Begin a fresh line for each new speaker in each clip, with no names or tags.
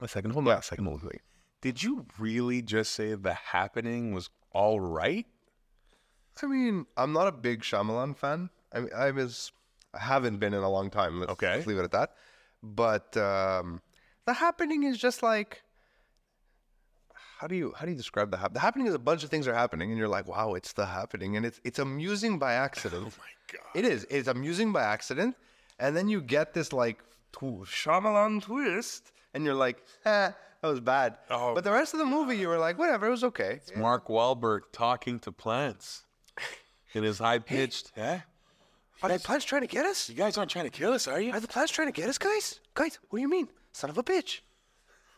a second. Hold on a second. Hold on a second. Did you really just say the happening was all right?
I mean, I'm not a big Shyamalan fan. I mean, I was, I haven't been in a long time. Let's,
Okay.
let's leave it at that. But um, the happening is just like, how do you how do you describe the happening? The happening is a bunch of things are happening, and you're like, wow, it's the happening, and it's it's amusing by accident.
Oh my god.
It is. It's amusing by accident, and then you get this like tw- Shyamalan twist, and you're like, eh, that was bad.
Oh.
But the rest of the movie, you were like, whatever, it was okay.
Mark Wahlberg talking to plants in his eh? high pitched. Huh?
Are the plants trying to get us?
You guys aren't trying to kill us, are you?
Are the plants trying to get us, guys? Guys, what do you mean? Son of a bitch.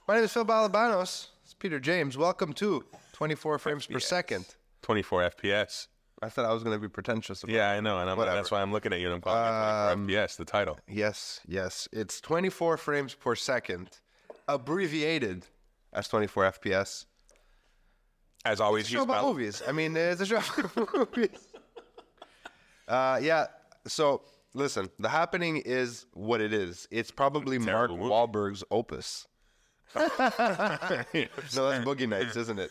My name is Phil Balabanos. It's Peter James. Welcome to 24 frames per second.
24 FPS.
I thought I was going to be pretentious. About
Yeah, I know, and I'm,
Whatever.
that's why I'm looking at you and I'm calling it 24 FPS. The title.
Yes, yes. It's 24 frames per second, abbreviated as 24 FPS.
As always,
show
you
about
spell-
movies. I mean, it's a show about movies. Uh, yeah. So listen, The Happening is what it is. It's probably Mark
Terrible movie.
Wahlberg's opus. No, that's Boogie Nights, isn't it?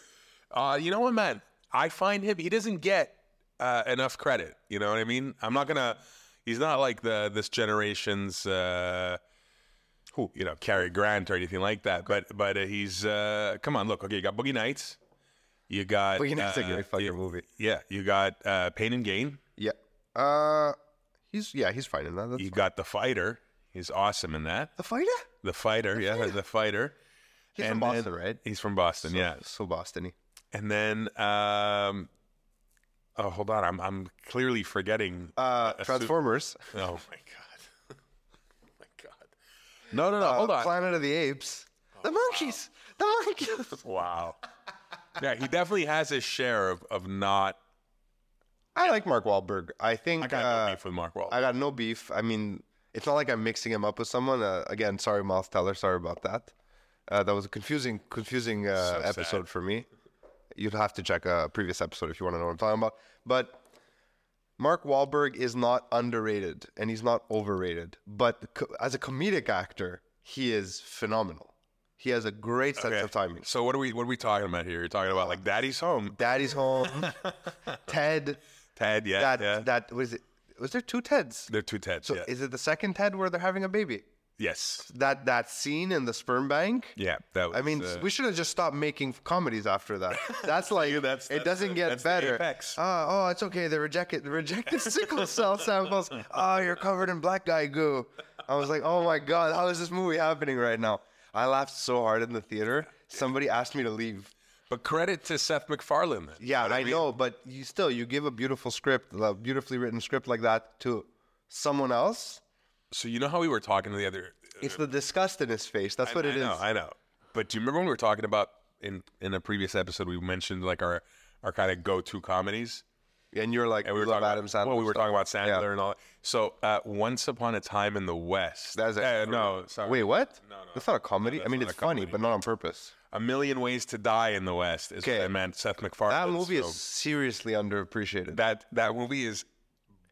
Uh, you know what, man? I find him. He doesn't get uh, enough credit. You know what I mean? I'm not gonna. He's not like the this generation's. Uh, who you know, Cary Grant or anything like that. But but uh, he's. Uh, come on, look. Okay, you got Boogie Nights. You got
Boogie Nights is
uh,
a great fucking
you-
movie.
Yeah, you got uh, Pain and Gain.
Yeah. Uh, he's yeah, he's fine in that. That's
You got The Fighter. He's awesome in that.
the fighter.
The Fighter. yeah, The Fighter.
He's from
then-
Boston, right?
He's from Boston. yeah.
So Bostony.
And then, um, oh, hold on, I'm I'm clearly forgetting.
Uh,
a su-
Transformers.
oh my god. oh my god. Uh, No, no, no. hold on.
uh, Planet of the Apes. the monkeys. The monkeys.
Wow. yeah, he definitely has his share of, of not.
I like Mark Wahlberg. I think
I got
uh,
no beef with Mark Wahlberg.
I got no beef. I mean, it's not like I'm mixing him up with someone. Uh, again, sorry, Miles Teller. Sorry about that. Uh, that was a confusing, confusing uh,
sad.
episode for me. You'd have to check a previous episode if you want to know what I'm talking about. But Mark Wahlberg is not underrated and he's not overrated. But co- as a comedic actor, he is phenomenal. He has a great sense
Okay.
of timing.
So what are we what are we talking about here? You're talking about like Daddy's Home,
Daddy's Home, Ted.
Ted. Yeah,
That
yeah.
that was it. Was there two Teds?
They're two Teds.
So
yeah.
is it the second Ted where they're having a baby?
yes.
that that scene in the sperm bank.
Yeah. That. Was,
I mean,
uh,
we should have just stopped making comedies after that. That's like
that's-
it
that's
doesn't
the-
get
that's the
better.
apex.
Uh, oh, it's okay. They rejected they rejected sickle cell samples. Oh, you're covered in black guy goo. I was like, oh my god, how is this movie happening right now? I laughed so hard in the theater. Somebody asked me to leave.
but credit to Seth MacFarlane. Then.
Yeah,
You what
I know, but you still you give a beautiful script, a beautifully written script like that to someone else.
So you know how we were talking to the other
It's the disgust in his face. That's what
Uh, I
it is.
know, I know. But do you remember when we were talking about in in a previous episode we mentioned like our our kind of go to comedies?
And you're like,
And we were
love
talking
Adam
about,
Sandler.
Well, we were
stuff.
talking about Sandler and all. So uh, once upon a time in the West.
That's
uh,
actually-
no, sorry.
Wait, what?
No, no.
That's not a comedy.
No,
I
that's
mean,
not
it's
a
funny,
comedy.
but not on purpose.
A million ways to die in the West is
Okay.
what I meant. Seth MacFarlane.
That movie
So
is seriously underappreciated.
that that movie is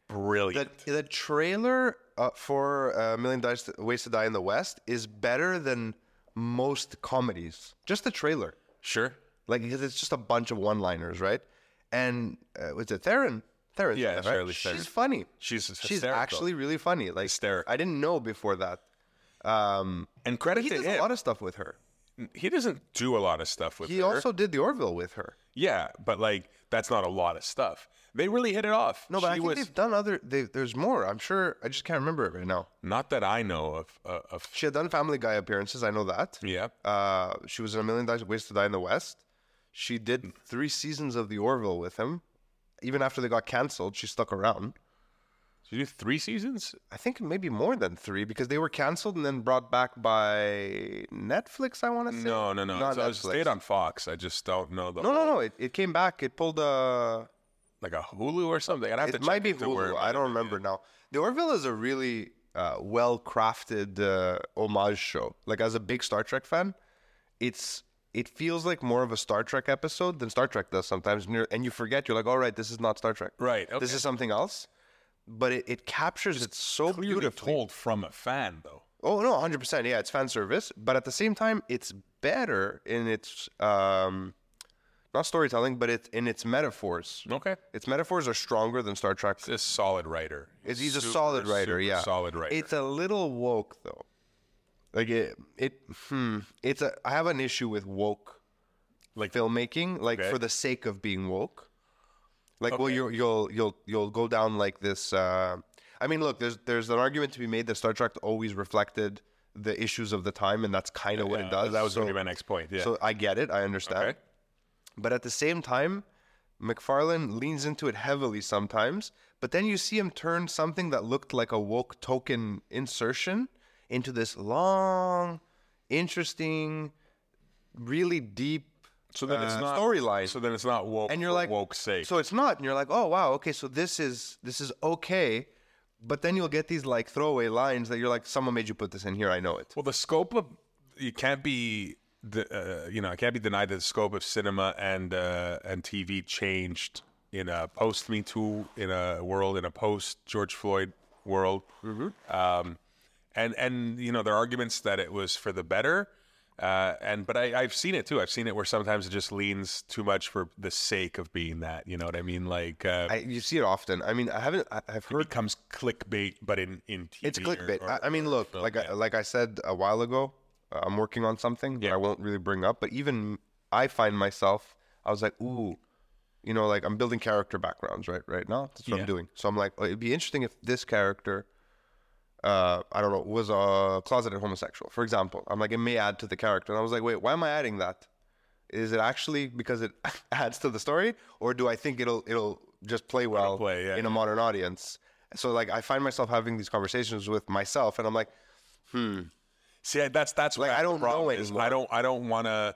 The,
brilliant.
the trailer uh, for uh, A Million Dice Ways to Die in the West is better than most comedies. Just the trailer,
sure.
like because it's just a bunch of one-liners, right? And uh, was it Theron? Theron,
Yeah,
right?
Charlize
She's
Theron.
funny.
She's
She's
hysterical.
actually really funny. Like
Hysterical.
I didn't know before that. Um,
and credit
he
to
does
him.
a lot of stuff with her.
he doesn't do a lot of stuff with
He
her.
also did the Orville with her.
Yeah, but like that's not a lot of stuff. They really hit it off.
No, but I
she
think
was
they've done other. They, there's more. I'm sure. I just can't remember it right now.
not that I know of. Uh, of
She had done Family Guy appearances. I know that.
yeah,
Uh, she was in A Million Di- Ways to Die in the West. She
Hmm.
did three seasons of The Orville with him. Even after they got canceled, she stuck around.
she did three seasons.
I think maybe more than three because they were canceled and then brought back by Netflix. I want to say
No, no, no.
Not
So I
Netflix.
stayed on Fox. I just don't know the
No, no,
whole-
no. It, it came back. It pulled uh, a.
like a Hulu or something. I'd have to
it
check
might be
into where-
Hulu. I don't remember now. The Orville is a really uh, well-crafted uh, homage show. Like as a big Star Trek fan, it's it feels like more of a Star Trek episode than Star Trek does sometimes, and, you're- and you forget you're like, all right, this is not Star Trek.
Right. Okay.
This is something else. But it, it captures it so
clearly
beautifully.
told from a fan though.
Oh no, hundred percent. Yeah, it's fan service, but at the same time, it's better in its um, not storytelling, but it's in its metaphors.
Okay.
Its metaphors are stronger than Star Trek.
This solid writer.
Is he's a
Super,
solid writer?
super
Yeah,
Solid writer.
It's a little woke though. Like it, it, hmm. It's a. I have an issue with woke,
Like-
filmmaking, like
Okay.
for the sake of being woke. Like, well,
Okay.
you'll you'll you'll you'll go down like this. Uh, I mean, look, there's there's an argument to be made that Star Trek always reflected the issues of the time, and that's kind of what
Yeah,
it does.
That was
so,
going to be my next point. Yeah.
so I get it. I understand.
okay.
But at the same time, McFarlane leans into it heavily sometimes. But then you see him turn something that looked like a woke token insertion into this long, interesting, really deep
So then it's
uh,
not
storyline.
So then it's not woke.
and you're
for
like
woke sake.
So it's not, and you're like, oh wow, okay, so this is this is okay. But then you'll get these like throwaway lines that you're like, someone made you put this in here. I know it.
well, the scope of you can't be. The, uh, you know, it can't be denied that the scope of cinema and uh, and TV changed in a post Me Too in a world in a post George Floyd world.
Mm-hmm.
Um, and and you know there are arguments that it was for the better. Uh, and but I, I've seen it too. I've seen it where sometimes it just leans too much for the sake of being that. You know what I mean? Like uh,
I, you see it often. I mean, I haven't. I, I've heard
it becomes clickbait, but in in TV
It's
or-
clickbait.
or-
I, I mean, look,
film,
like
yeah.
I, like I said a while ago, uh, I'm working on something that I won't really bring up. But even I find myself, I was like, ooh, you know, like I'm building character backgrounds right right now. That's what
Yeah.
I'm doing. So I'm like, oh, it'd be interesting if this character, uh, I don't know, was a closeted homosexual, for example. I'm like, it may add to the character. And I was like, wait, why am I adding that? Is it actually because it adds to the story, or do I think it'll it'll just play well
play, yeah,
in a modern audience? So like, I find myself having these conversations with myself, and I'm like,
See, I- that's that's
Like,
what
I don't know
problem is.
anymore.
I don't I don't want to.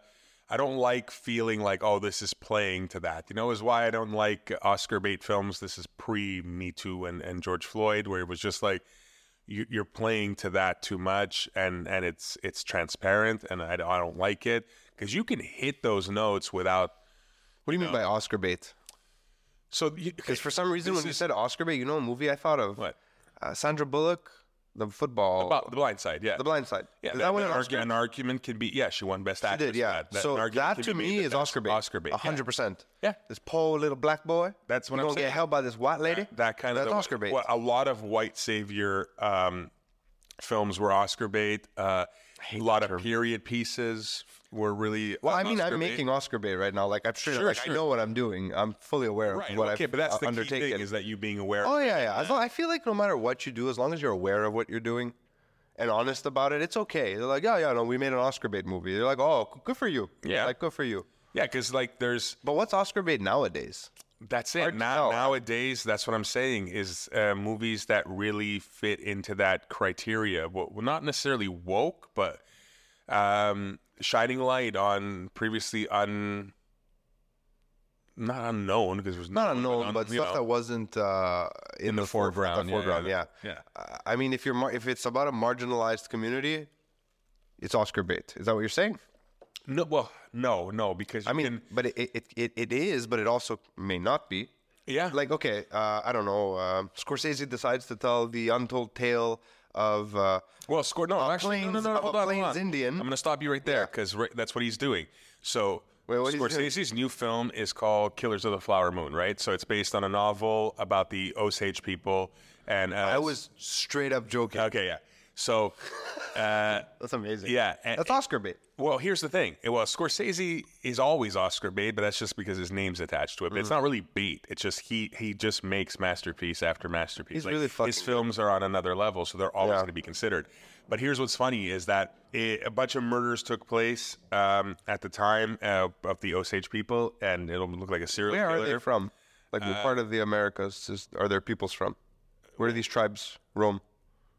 I don't like feeling like oh this is playing to that. You know, is why I don't like Oscar bait films. This is pre Me Too and and George Floyd, where it was just like you, you're playing to that too much, and and it's it's transparent, and I, don't- I don't like it because you can hit those notes without.
what do you mean by Oscar bait?
So you,
Because for some reason,
This
when you
is-
said Oscar bait, you know, a movie I thought of
what
Uh, Sandra Bullock, the football,
about the Blind Side? Yeah,
The Blind Side.
Yeah,
Did
that,
that win
an,
an
argu-
Oscar?
an argument can be yeah, she won best
She
actress.
did, yeah.
for That,
so
an argument
that
can
to
be made
me
that
is
that's
Oscar bait.
Oscar bait.
A
yeah.
hundred percent.
Yeah.
This poor little black boy.
That's what
you
I'm
gonna
saying.
get held by this white lady.
That kind
That's
of
Oscar bait.
Well, a lot of white savior um, films were Oscar bait. Uh, a lot of period pieces were really.
Well, I mean,
Oscar
I'm
bait.
making Oscar bait right now. Like I'm sure,
Sure,
like,
sure.
I know what I'm doing. I'm fully aware
right.
of what
okay,
I've uh,
but that's the
undertaken.
key thing is that you being aware.
oh yeah, yeah. As long, I feel like no matter what you do, as long as you're aware of what you're doing and honest about it, it's okay. They're like, yeah, yeah, no, we made an Oscar bait movie. They're like, oh, g- good for you.
Yeah.
like good for you.
yeah, because like there's
But what's Oscar bait nowadays?
That's it.
to
Now,
tell.
nowadays, that's what I'm saying is uh, movies that really fit into that criteria. Well, not necessarily woke, but um, shining light on previously un not unknown because there's
Not
no-
unknown,
un-
but
you
stuff
know,
that wasn't uh, in,
in the,
fore-
foreground.
The foreground, yeah.
yeah.
Uh, I mean, if you're mar- if it's about a marginalized community, it's Oscar bait. Is that what you're saying?
No, well, no, no, because you
I mean,
can,
but it, it, it, it is, but it also may not be.
yeah,
Like, okay, uh, I don't know. Uh, Scorsese decides to tell the untold tale of. Uh,
Well, score. No, actually, no, no,
Plains-
no.
of a
Hold on, hold
Plains
on.
Indian.
I'm going to stop you right there because that's what he's doing. So,
Wait, what he's doing?
Scorsese's new film is called Killers of the Flower Moon, right? So it's based on a novel about the Osage people, and uh,
I was straight up joking.
okay, yeah. So, uh,
That's amazing.
yeah, and-
That's Oscar bait.
well, here's the thing. Well, Scorsese is always Oscar bait, but that's just because his name's attached to it. But
Mm.
it's not really bait. It's just he he just makes masterpiece after masterpiece.
He's really fucking
his films are on another level, so they're always
Yeah.
going to be considered. But here's what's funny is that it, a bunch of murders took place um, at the time uh, of the Osage people, and it'll look like a serial
Where are
killer.
they from? Like,
Uh,
what part of the Americas is, are their peoples from? Where do these tribes roam?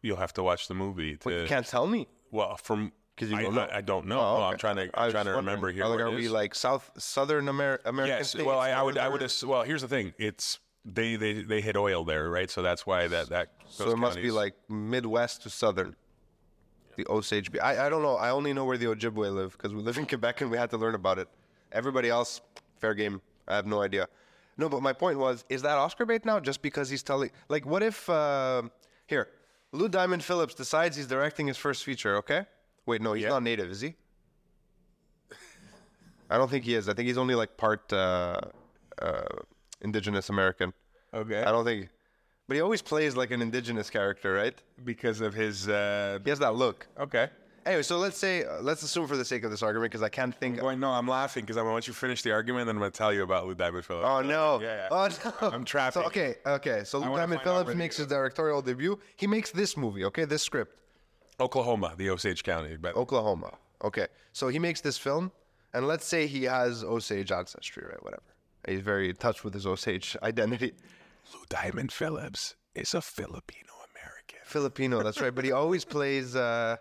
You'll have to watch the movie. To,
Wait, you can't tell me.
well, from
'Cause you
I,
don't know.
I, I don't know.
Oh,
Well, I'm
okay.
trying to
I
I'm
was
trying to
just wondering,
remember here.
are, Like,
what it
are we
is.
like South Southern Amer- American
Yes.
states?
Well, I, I
or
would. I
whatever?
would. ass- Well, here's the thing. It's they, they they hit oil there, right? So that's why that that.
So
those
it must be
counties-
like Midwest to Southern. The Osage. be- I, I don't know. I only know where the Ojibwe live because we live in Quebec and we had to learn about it. Everybody else, fair game. I have no idea. No, but my point was, is that Oscar bait now just because he's telling? Like, what if? Uh, here, Lou Diamond Phillips decides he's directing his first feature, okay? Wait, no, he's
Yeah.
not native, is he? I don't think he is. I think he's only like part uh, uh, indigenous American.
Okay.
I don't think. But he always plays like an indigenous character, right?
because of his. Uh,
He has that look.
okay.
Anyway, so let's say, uh, let's assume for the sake of this argument, because I can't think.
Going, no, I'm laughing because I want you to finish the argument, then I'm going to tell you about Lou Diamond Phillips.
Oh no!
Yeah, yeah.
Oh no!
I'm traffic.
So, okay, okay. So Lou
wanna
Diamond
find out
Phillips
where they
makes
go.
his directorial debut. He makes this movie, okay? This script.
Oklahoma, the Osage County. But
Oh. Oklahoma. Okay. So he makes this film, and let's say he has Osage ancestry, right? Whatever. He's very in touch with his Osage identity.
Lou Diamond Phillips is a Filipino American.
Filipino, that's right. But he always plays. Uh,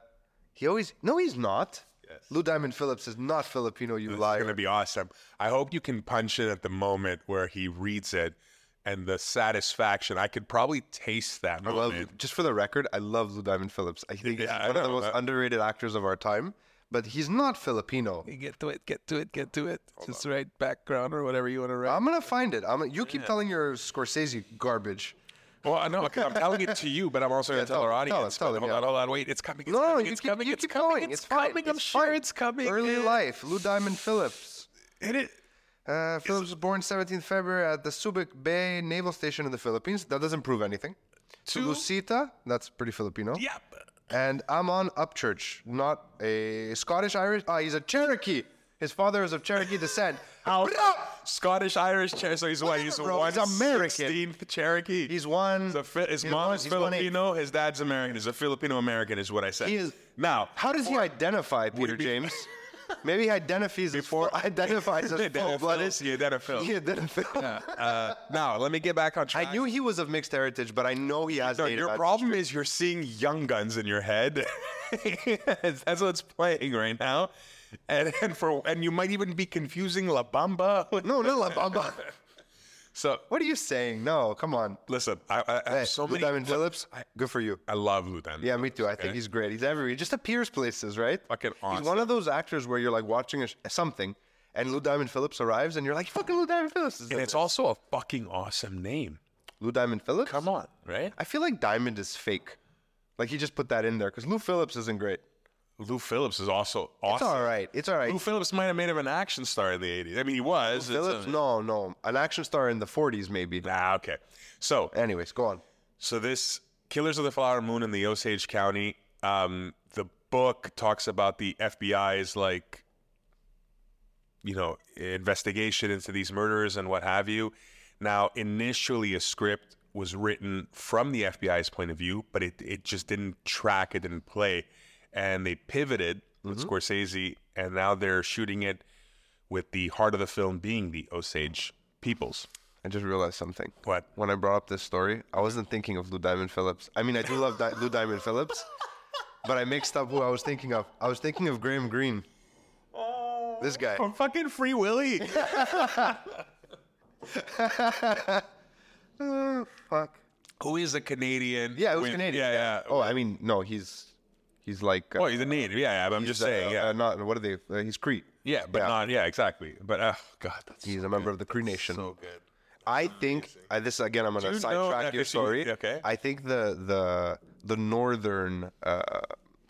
he always. No, he's not.
Yes.
Lou Diamond Phillips is not Filipino, you
It's
liar.
going to be awesome. I hope you can punch it at the moment where he reads it and the satisfaction. I could probably taste that
I love,
moment.
just for the record, I love Lou Diamond Phillips. I think
Yeah, I
he's one of the
know
most
that.
underrated actors of our time, but he's not Filipino.
Get to it, get to it, get to it. Just right background or whatever you want to write.
I'm gonna find it. I'm. You keep telling your Scorsese garbage.
Well, I know. I'm telling it to you, but I'm also going to tell our
tell- tell
audience.
them, tell
but
them,
hold
yeah.
on, hold on, wait. It's coming.
No,
It's
no,
coming,
you
it's
keep-
coming.
you
it's
keep
coming.
going.
It's
It's fine,
coming. I'm
it's
sure
fine.
it's coming.
Early
Yeah.
life, Lou Diamond Phillips.
It is.
Uh, Phillips was born 17th February at the Subic Bay Naval Station in the Philippines. That doesn't prove anything. To
To-
Lucita, that's pretty Filipino.
Yep.
And Amon Upchurch, not a Scottish Irish. Ah, he's a Cherokee. His father is of Cherokee descent.
How Scottish Irish Cherokee. So he's what? He's
Whatever, bro.
one
He's American.
sixteenth Cherokee.
He's one.
He's a fi- his
he's
mom
one-
is
he's one eight.
Filipino. His dad's American. He's a Filipino American, is what I said.
He is-
Now,
How does he identify, Peter
be-
James? Maybe he identifies before identifies as
Identify-
full blooded.
he identifies.
He identifies.
uh, now let me get back on track.
I knew he was of mixed heritage, but I know he has.
No,
native
your
ancestry.
problem is you're seeing young guns in your head. That's what's playing right now, and and for and you might even be confusing La Bamba. with-
No, no, La Bamba.
So
What are you saying? No, come on.
listen, I, I, I
Hey,
have so
Lou
many.
Diamond Phillips, good for you.
I love Lutan.
Yeah, me too. I think he's great. He's everywhere. He just appears places, right?
Fucking awesome.
He's one of those actors where you're like watching a sh- something, and Lou Diamond Phillips arrives, and you're like, "Fucking Lou Diamond Phillips!" is in
and it's
this."
also a fucking awesome name.
Lou Diamond Phillips.
Come on, right?
I feel like Diamond is fake. Like he just put that in there because Lou Phillips isn't great.
Lou Phillips is also
It's
awesome.
all right. It's all right.
Lou Phillips might have made him an action star in the '80s. I mean, he was. It's
Phillips,
a-
no, no, an action star in the '40s maybe.
Nah, okay. So,
Anyways, go on.
so this Killers of the Flower Moon in the Osage County. Um, the book talks about the FBI's like, you know, investigation into these murders and what have you. Now, initially, a script was written from the FBI's point of view, but it it just didn't track, it didn't play, and they pivoted
Mm-hmm.
with Scorsese, and now they're shooting it with the heart of the film being the Osage peoples.
I just realized something.
What?
When I brought up this story, I wasn't thinking of Lou Diamond Phillips. I mean, I do love Di- Lou Diamond Phillips, but I mixed up who I was thinking of. I was thinking of Graham Greene. This guy.
From fucking Free Willy.
Fuck.
Who is a Canadian?
Yeah, it was
win-
Canadian.
Oh, Yeah, yeah. Oh,
Oh, I mean, no, he's he's like. Uh,
well, he's a native. Yeah, yeah. I'm just saying.
uh,
yeah,
uh, not what are they? Uh, he's Cree.
yeah, but not. Yeah, exactly. But oh god, that's
He's a member of the Cree Nation.
so good.
I think I, this again. I'm gonna
you know-
sidetrack
okay,
your
so you-
story.
okay.
I think the the the northern uh,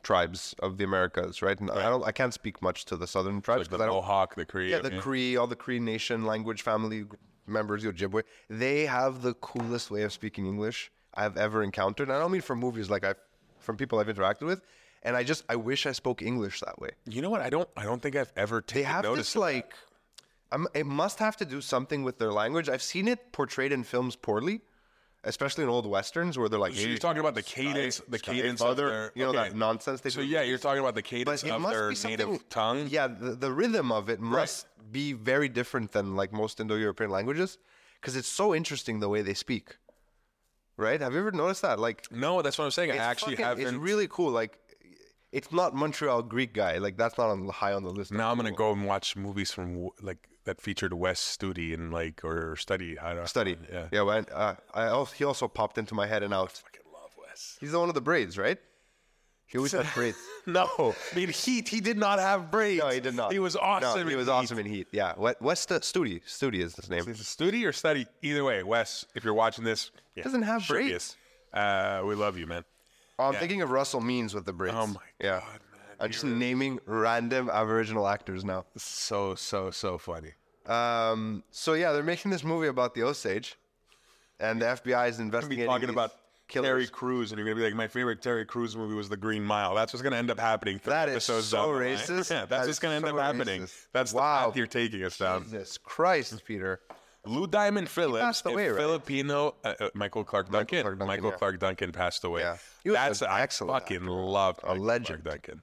tribes of the Americas, right? And I don't. I can't speak much to the southern tribes
The
because I don't.
Mohawk, the Cree.
Yeah, the
okay.
Cree, all the Cree Nation language family gr- members, the Ojibwe. They have the coolest way of speaking English I've ever encountered. And I don't mean from movies, like I, from people I've interacted with. And I just I wish I spoke English that way.
You know what? I don't. I don't think I've ever
They
taken
have
notice.
this like, um, it must have to do something with their language. I've seen it portrayed in films poorly, especially in old westerns where they're like,
so you're
"Hey,
talking about the cadence, the cadence of
brother,"
their,
you know
okay.
that nonsense they
So
do.
yeah, you're talking about the cadence
But it
of
must
their
be something-
native tongue.
Yeah, the, the rhythm of it must be very different than like most Indo-European languages, because it's so interesting the way they speak. Right? Have you ever noticed that? Like,
No, that's what I'm saying. I
it's
actually
fucking-
haven't.
It's really cool. Like, it's not Montreal Greek guy. Like, that's not on the high on the list.
now I'm gonna go and watch movies from w- like that featured West Studi and like or Study. I don't
study.
Yeah.
Yeah. Well, uh, I also, he also popped into my head and out.
I fucking love Wes.
He's the one with the braids, right? He always had braids.
No, I mean Heat. He did not have braids.
No, he did not.
He was
No,
awesome.
he
in
was
Heat.
awesome in Heat. Yeah. What? What's the Studi? Studi is his name.
Is it study or study? Either way, Wes, if you're watching this, yeah,
Doesn't have
sure he
braids.
is. Uh, we love you, man.
Oh, I'm
Yeah.
thinking of Russell Means with the Brits.
Oh my
yeah.
god, man.
I'm just naming random Aboriginal actors now.
so so so funny.
Um, so yeah, they're making this movie about the Osage, and the FBI is
Be
investigating.
talking
these
about
killers.
Terry Crews, and you're gonna be like, my favorite Terry Crews movie was The Green Mile. That's what's gonna end up happening. three
That is
episodes
so
down the line.
racist.
Yeah,
That
that's what's
is
gonna end
so
up happening.
racist.
That's
Wow.
the path you're taking us down.
Jesus
Mm.
Christ, Peter.
Lou Diamond Phillips,
passed away,
a
right?
Filipino uh, uh, Michael Clark Duncan.
Clark Duncan,
Michael
yeah.
Clark Duncan passed away.
Yeah. He was
That's
an
I
excellent
fucking love a
legend.
Clark Duncan.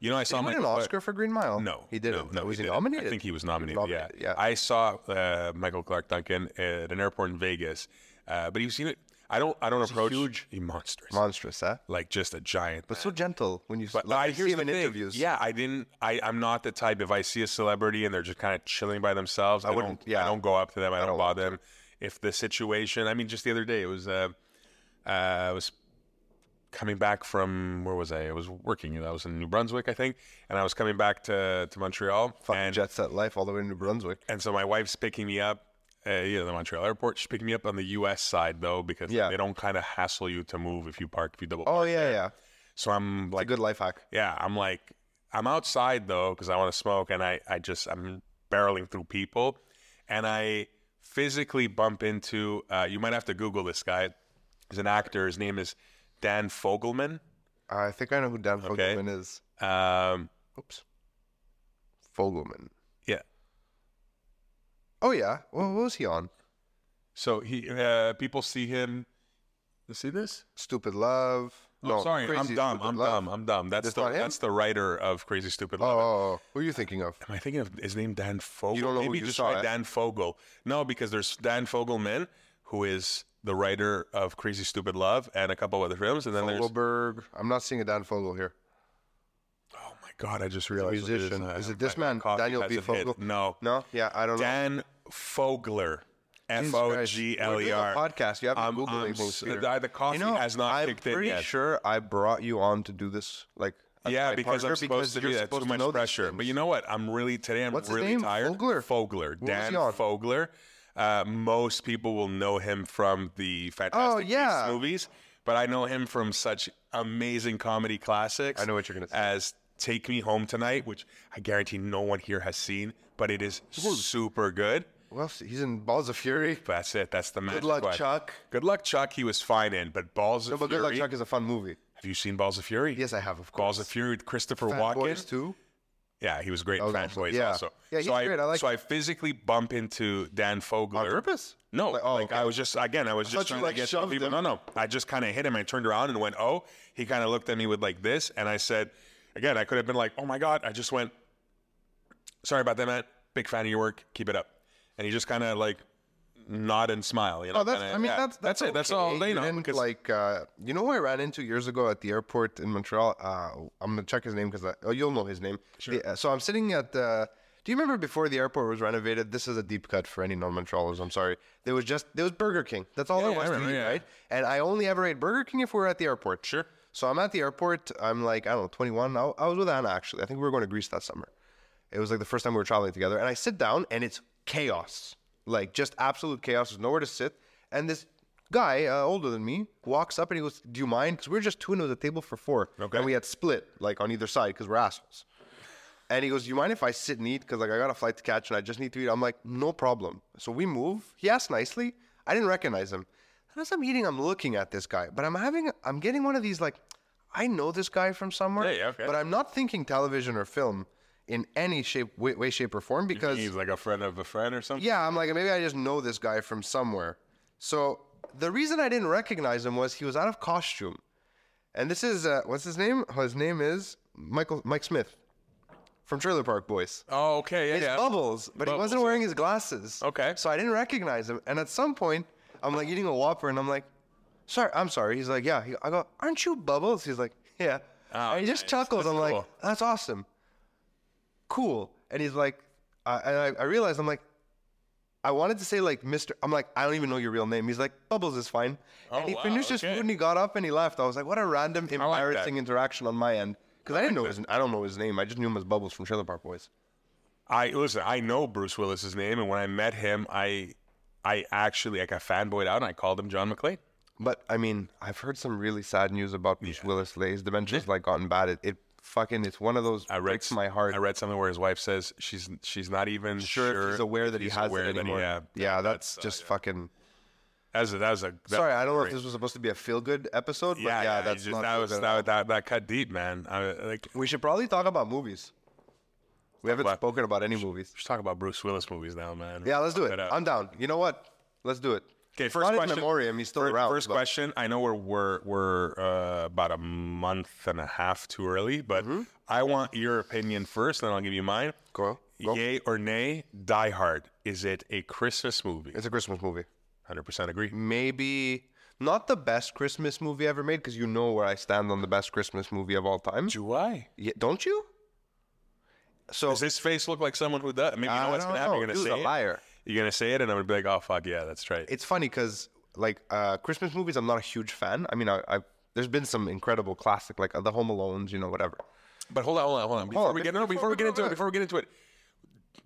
You know, I
He
saw
won
Michael
an
Clark-
Oscar for Green Mile.
Oh No,
he didn't.
No, no
was he,
didn't.
nominated?
I think he was nominated.
nominated,
yeah.
yeah.
I saw uh, Michael Clark Duncan at an airport in Vegas, uh, but you've seen it. I don't. I don't approach huge he monsters
monstrous, huh?
like just a giant.
But so gentle when you
But
like,
I
you
hear
see
the
him in
thing.
interviews.
Yeah, I didn't. I I'm not the type. If I see a celebrity and they're just kind of chilling by themselves, I,
wouldn't-
Don't,
yeah.
I don't go up to them. I, don't,
don't
bother them. If the situation, I mean, just the other day, it was. Uh, uh, I was coming back from where was I? I was working. I was in New Brunswick, I think, and I was coming back to to Montreal.
fucking
and
jet set life all the way to New Brunswick.
and so my wife's picking me up, uh, you know, the Montreal airport. She's picking me up on the U.S. side though, because
Yeah.
they don't kind of hassle you to move if you park if you double.
Oh yeah, yeah.
So I'm
Like
like,
good life hack.
yeah, I'm like, I'm outside though because I want to smoke, and I I just I'm barreling through people, and I physically bump into. Uh, you might have to Google this guy. He's an actor. His name is Dan Fogelman.
I think I know who Dan
Okay.
Fogelman is.
Um,
Oops. Fogelman.
Yeah.
Oh yeah. Well, what was he on?
so he uh, people see him. You see this?
Stupid Love.
No, Oh, sorry, I'm
Crazy
dumb.
Stupid
I'm
Love.
dumb. I'm dumb. That's
That's
the
not him?
that's the writer of Crazy Stupid
Oh,
Love.
oh, oh. who are you thinking of?
Am I thinking of his name Dan Fogel?
You don't know who
Maybe
you
just
saw,
try
eh?
Dan Fogel. No, because there's Dan Fogelman, who is the writer of Crazy Stupid Love and a couple other films, and then there's
Fogelberg. I'm not seeing a Dan Fogel here.
oh my god, I just realized what
musician.
I
Is
have-
it this
my
man,
coffee
Daniel
has
B.
a hit.
Fogel?
No,
No. Yeah, I don't know.
Dan Fogler, F
Jesus Christ.
O G
We're
L
doing
E
a
R.
Podcast. You haven't
I'm-
Googling
I'm
things,
s- uh,
Peter.
the- the coffee
you know,
has not
I'm
kicked in
pretty
yet.
sure I brought you on to do this. Like, as
Yeah,
my
because I'm
partner,
supposed to
you're
do that. Too
supposed to
much
know these
pressure. But
things.
you know what? I'm really today. I'm
What's his
really
name?
tired.
Fogler?
Fogler.
was
Dan
he on?
Fogler. Uh, most people will know him from the Fantastic Beasts
Oh, yeah.
movies, but I know him from such amazing comedy classics.
I know what you're gonna say.
As Take Me Home Tonight, which I guarantee no one here has seen, but it is super good.
well, he's in Balls of Fury.
But that's it. That's the magic.
Good luck,
one.
Chuck.
Good luck, Chuck. He was fine in, but Balls of
No, but Good
Fury.
Luck Chuck is a fun movie.
Have you seen Balls of Fury?
Yes, I have, of course.
Balls of Fury with Christopher
Fat
Walken.
Boys too.
Yeah, he was great in
was
Fat
awesome.
Boys
Yeah.
also.
Yeah, he's
so I,
great. I like
So I physically bump into Dan Fogler.
On purpose?
No,
Like-
like,
oh, okay.
I was just again, I was
thought
just
you,
trying to
like,
get
shoved
people.
him.
No, no, I just kind of hit him. I turned around and went, "Oh." He kind of looked at me with like this, and I said, "Again, I could have been like, oh my god." I just went, "Sorry about that, man. Big fan of your work. Keep it up." And he just kind of like nod and smile. You know,
Oh, that's.
kinda-
I mean,
yeah.
that's, that's
it. That's
okay.
all they
You
know.
didn't,
'cause-
like, uh, you know who I ran into years ago at the airport in Montreal? Uh, I'm gonna check his name because oh, you'll know his name. Sure. so I'm sitting at the. Do you remember before the airport was renovated? This is a deep cut for any non-Montrealers. I'm sorry. There was just there was Burger King. That's all there
yeah, I
was to
remember,
eat,
yeah.
right? And I only ever ate Burger King if we were at the airport.
Sure.
So I'm at the airport. I'm like, I don't know, 21. I, I was with Anna actually. I think we were going to Greece that summer. It was like the first time we were traveling together. And I sit down and it's chaos, like just absolute chaos. There's nowhere to sit. And this guy, uh, older than me, walks up and he goes, Do you mind? Because we were just two and it was a table for four.
Okay.
And we had split, like on either side, because we're assholes. And he goes, "You mind if I sit and eat? Because like I got a flight to catch and I just need to eat." I'm like, "No problem." So we move. He asked nicely. I didn't recognize him. And as I'm eating, I'm looking at this guy, but I'm having, I'm getting one of these like, I know this guy from somewhere,
Yeah, yeah, okay.
but I'm not thinking television or film in any shape, way, way shape or form because
he's like a friend of a friend or something.
yeah, I'm like maybe I just know this guy from somewhere. So the reason I didn't recognize him was he was out of costume, and this is uh, what's his name? His name is Michael Mike Smith from Trailer Park Boys.
Oh, okay. Yeah.
His
yeah.
bubbles, but he
Bubbles,
wasn't wearing his glasses.
Okay.
So I didn't recognize him. And at some point, I'm like eating a Whopper and I'm like, sorry, I'm sorry. He's like, yeah. He, I go, aren't you bubbles? He's like, yeah.
Oh,
and he just
nice.
chuckles.
That's
I'm like,
cool.
that's awesome. Cool. And he's like, uh, and I, I realized I'm like, I wanted to say like Mr. I'm like, I don't even know your real name. He's like, Bubbles is fine.
Oh,
and he
wow,
finished his
okay.
food and he got up and he left. I was like, what a random
that.
embarrassing interaction on my end. Because I didn't know his I don't know his name. I just knew him as Bubbles from Trailer Park Boys.
I listen. I know Bruce Willis's name, and when I met him, I, I actually like I fanboyed out and I called him John McClane.
But I mean, I've heard some really sad news about Bruce Willis lately. His dementia's like gotten bad. It, it fucking it's one of those
I read
breaks my heart.
I read something where his wife says she's she's not even
sure,
sure,
if he's aware
if
that he
he's
has
aware
it
that he-
anymore.
yeah,
yeah,
that-
that's,
uh,
just
yeah.
fucking.
That was a, that was a that-
Sorry, I don't know
great.
if this was supposed to be a feel good episode, but yeah,
you
that's
just-
not
that
feel
was
good.
that, that that cut deep, man. I like
We should probably talk about movies. We haven't
about-
spoken about any movies.
Let's talk about Bruce Willis movies now, man. uh,
Yeah, let's do
Fuck
it.
up.
I'm down. You know what? Let's do it.
okay, first
Not in
question.
memoriam, he's still
fir-
around,
First
but-
question. I know we're we're we're uh, about a month and a half too early, but
Mm-hmm.
I want your opinion first, then I'll give you mine.
Go. Go.
Yay or nay? Die Hard. Is it a Christmas movie?
It's a Christmas movie.
Hundred percent agree.
Maybe not the best Christmas movie ever made because you know where I stand on the best Christmas movie of all time.
Do I?
Yeah, don't you? So
Does his face look like someone who does? I mean, you
I
know what's
don't
gonna happen.
know.
You're gonna
Dude's
say
a
it.
liar.
You're gonna say it, and I'm gonna be like, "Oh fuck, yeah, that's right."
it's funny because like uh, Christmas movies, I'm not a huge fan. I mean, I, I there's been some incredible classic like uh, the Home Alones, you know, whatever.
But hold on, hold on, hold on. Before
on,
we
be-
get no,
before
before
we
we get
go
into it,
back.
before we get into it,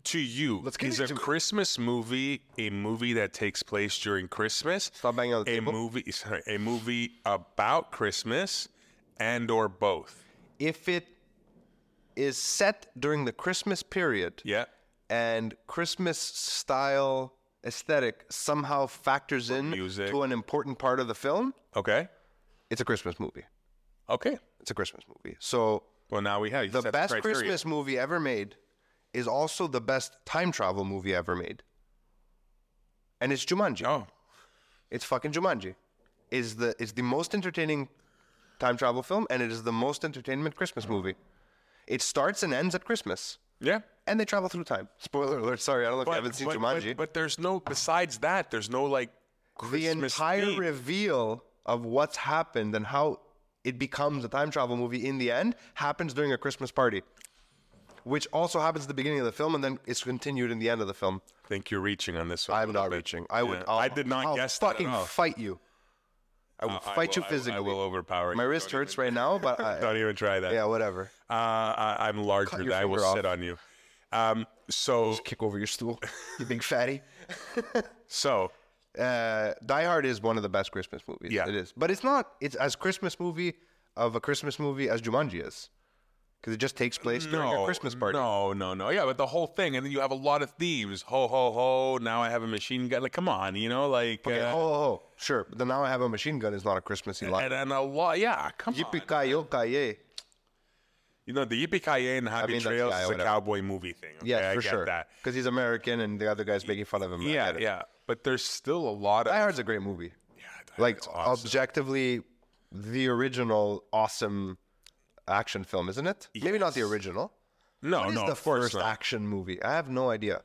to you,
Let's get
is
into
a
it.
Christmas movie a movie that takes place during Christmas?
Stop banging on the
a
table.
movie, sorry, a movie about Christmas and or both.
If it is set during the Christmas period
Yeah.
and Christmas style aesthetic somehow factors in
music.
to an important part of the film,
Okay.
it's a Christmas movie.
Okay.
It's a Christmas movie. So
Well, now we have you
the
set
best
criteria.
Christmas movie ever made is also the best time travel movie ever made. And it's Jumanji.
Oh,
It's fucking Jumanji. Is the is the most entertaining time travel film and it is the most entertainment Christmas movie. It starts and ends at Christmas.
yeah.
And they travel through time. Spoiler alert, sorry, I don't know if you haven't seen Jumanji.
But, there's no besides that. There's no like
the
Christmas
entire
theme.
reveal of what's happened and how it becomes a time travel movie in the end happens during a Christmas party, which also happens at the beginning of the film and then is continued in the end of the film.
I think you're reaching on this. one a
I'm
little
not
bit.
reaching. I would.
Yeah.
I'll,
I did not
I'll
guess that at
fucking
all. Uh,
fight you. I will
I
fight you
will- I will-
physically.
I will overpower you.
My wrist
Don't even-
hurts right now, but I,
Don't even try that.
yeah, whatever.
Uh, I, I'm larger.
your
than I will
finger
sit on you. Um, so,
Kick over your stool, you big fatty.
so
Uh, Die Hard is one of the best Christmas movies.
Yeah.
it is. But it's not. It's as Christmas movie of a Christmas movie as Jumanji is, because it just takes place during
no,
a Christmas party.
No, no, no. Yeah, but the whole thing, and then you have a lot of themes. Ho, ho, ho! Now I have a machine gun. Like, come on, you know, like,
Okay,
uh,
ho, ho, ho. Sure, but then now I have a machine gun. Is not a Christmassy line.
and, and a lot. Yeah, Eh, come on.
Yippee ki yo ki yay.
You know, the Yippee Ki Yay and Happy
mean, that's-
Trails
yeah,
is a
whatever.
cowboy movie thing. Okay?
Yes,
I
for
get
sure.
That.
Because he's American and the other guy's making fun of him. I
Yeah,
get it.
yeah. But there's still a lot of
Die Hard's a great movie.
Die
like
Hard's awesome.
objectively, the original awesome action film, isn't it? Maybe not the original.
no,
What is
Oh, no,
the
of course
first
not.
action movie? I have no idea.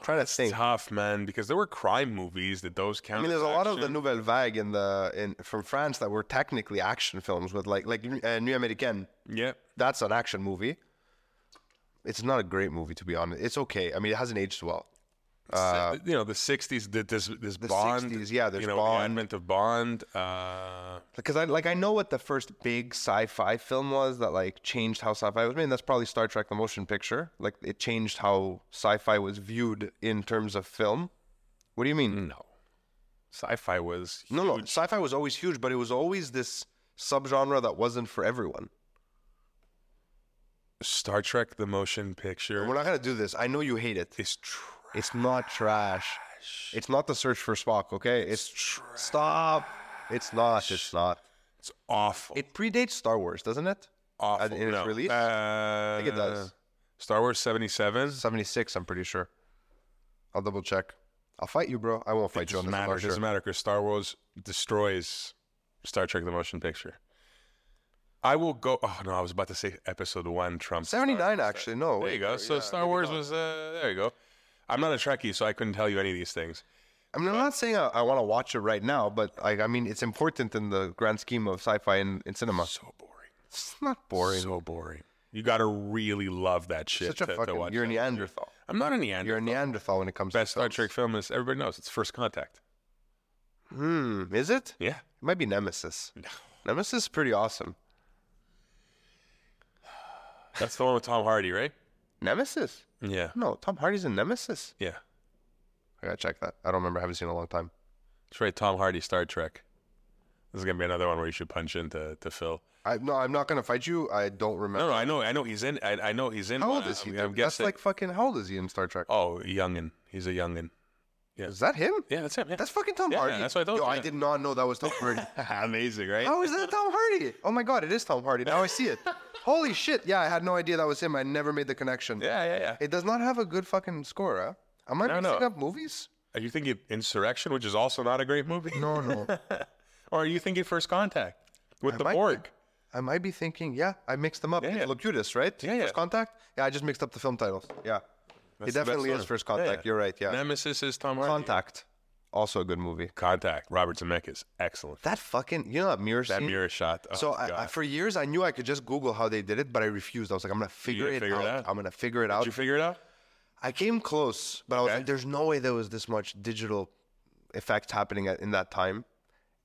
I'm trying to think.
Tough man, because there were crime movies that those count.
I mean, there's a lot of the Nouvelle Vague in the in from France that were technically action films with like like uh, Nuit Américaine.
yeah.
That's an action movie. It's not a great movie to be honest. It's okay. I mean, it hasn't aged well.
Uh, you know the '60s did this this Bond.
60s, yeah, uh, there's
you know,
Bond.
The advent of Bond. Uh,
because I like I know what the first big sci-fi film was that like changed how sci-fi was made. And that's probably Star Trek: The Motion Picture. Like it changed how sci-fi was viewed in terms of film. What do you mean?
no, sci-fi was
No, no, sci-fi was always huge, but it was always this subgenre that wasn't for everyone.
Star Trek: The Motion Picture
We're not gonna do this. I know you hate it.
is trash.
It's not trash. It's not the search for Spock. Okay, it's stop. It's not. It's not.
It's awful.
It predates Star Wars, doesn't it?
awful.
in its
no.
release?
Uh, I
think it does.
Star Wars '77.
Seventy six, I'm pretty sure. I'll double check. I'll fight you, bro. I won't fight you on
Doesn't
this. one, I'm
matter.
not
Doesn't
sure.
matter because Star Wars destroys Star Trek: The Motion Picture. I will go. Oh no, I was about to say Episode One. Trump.
Seventy nine, actually. No.
There you go. So Star Wars was uh, there. You go. I'm not a Trekkie, so I couldn't tell you any of these things.
I mean, I'm not saying I, I want to watch it right now, but I, I mean, it's important in the grand scheme of sci-fi in, in cinema.
Oh, So boring.
It's not boring.
So boring. You gotta really love that shit
Such a
to, to
fucking.
watch.
You're a
that.
Neanderthal.
I'm not a Neanderthal.
You're a Neanderthal when it comes
Best
to
Star Trek film is everybody knows it's First Contact.
films. Hmm. Is it?
Yeah.
It might be Nemesis. Nemesis is pretty awesome.
That's the one with Tom Hardy, right?
Nemesis?
Yeah.
No, Tom Hardy's in Nemesis.
Yeah.
I gotta check that. I don't remember. I haven't seen it in a long time.
Let's write Tom Hardy Star Trek. This is gonna be another one where you should punch into to Phil.
I no, I'm not gonna fight you. I don't remember.
No, no, I know, I know he's in. I, I know he's in.
how
one.
old is he?
I'm,
dude?
I'm
That's
guessing.
like fucking how old is he in Star Trek?
oh, youngin. He's a youngin.
Is that him?
Yeah, that's him. Yeah.
That's fucking Tom
Yeah,
Hardy.
that's what I thought,
Yo, I
yeah.
did not know that was Tom Hardy.
amazing, right?
How is that Tom Hardy? Oh my god, it is Tom Hardy. Now I see it. Holy shit! Yeah, I had no idea that was him. I never made the connection.
Yeah, yeah, yeah.
It does not have a good fucking score, huh? Am I
No, no.
mixing up movies?
Are you thinking Insurrection, which is also not a great movie?
No, no.
Or are you thinking First Contact with the
might be.
Borg?
I might be thinking, yeah, I mixed them up.
Yeah,
It's
yeah.
Locutus, right?
Yeah, yeah.
First Contact? Yeah, I just mixed up the film titles. Yeah.
That's
it
the best
definitely is
one.
First Contact. You're right, yeah.
Nemesis is Tom Hardy.
Contact. Also a good movie.
Contact. Robert Zemeckis. Excellent.
That fucking, you know that mirror
That
scene?
mirror shot. Oh,
So
God.
I, I, for years, I knew I could just Google how they did it, but I refused. I was like, I'm gonna figure,
didn't
it,
figure it
out.
out?
I'm gonna figure it out.
Did you figure it out?
I came close, but I was
Okay.
like, there's no way there was this much digital effects happening at, in that time.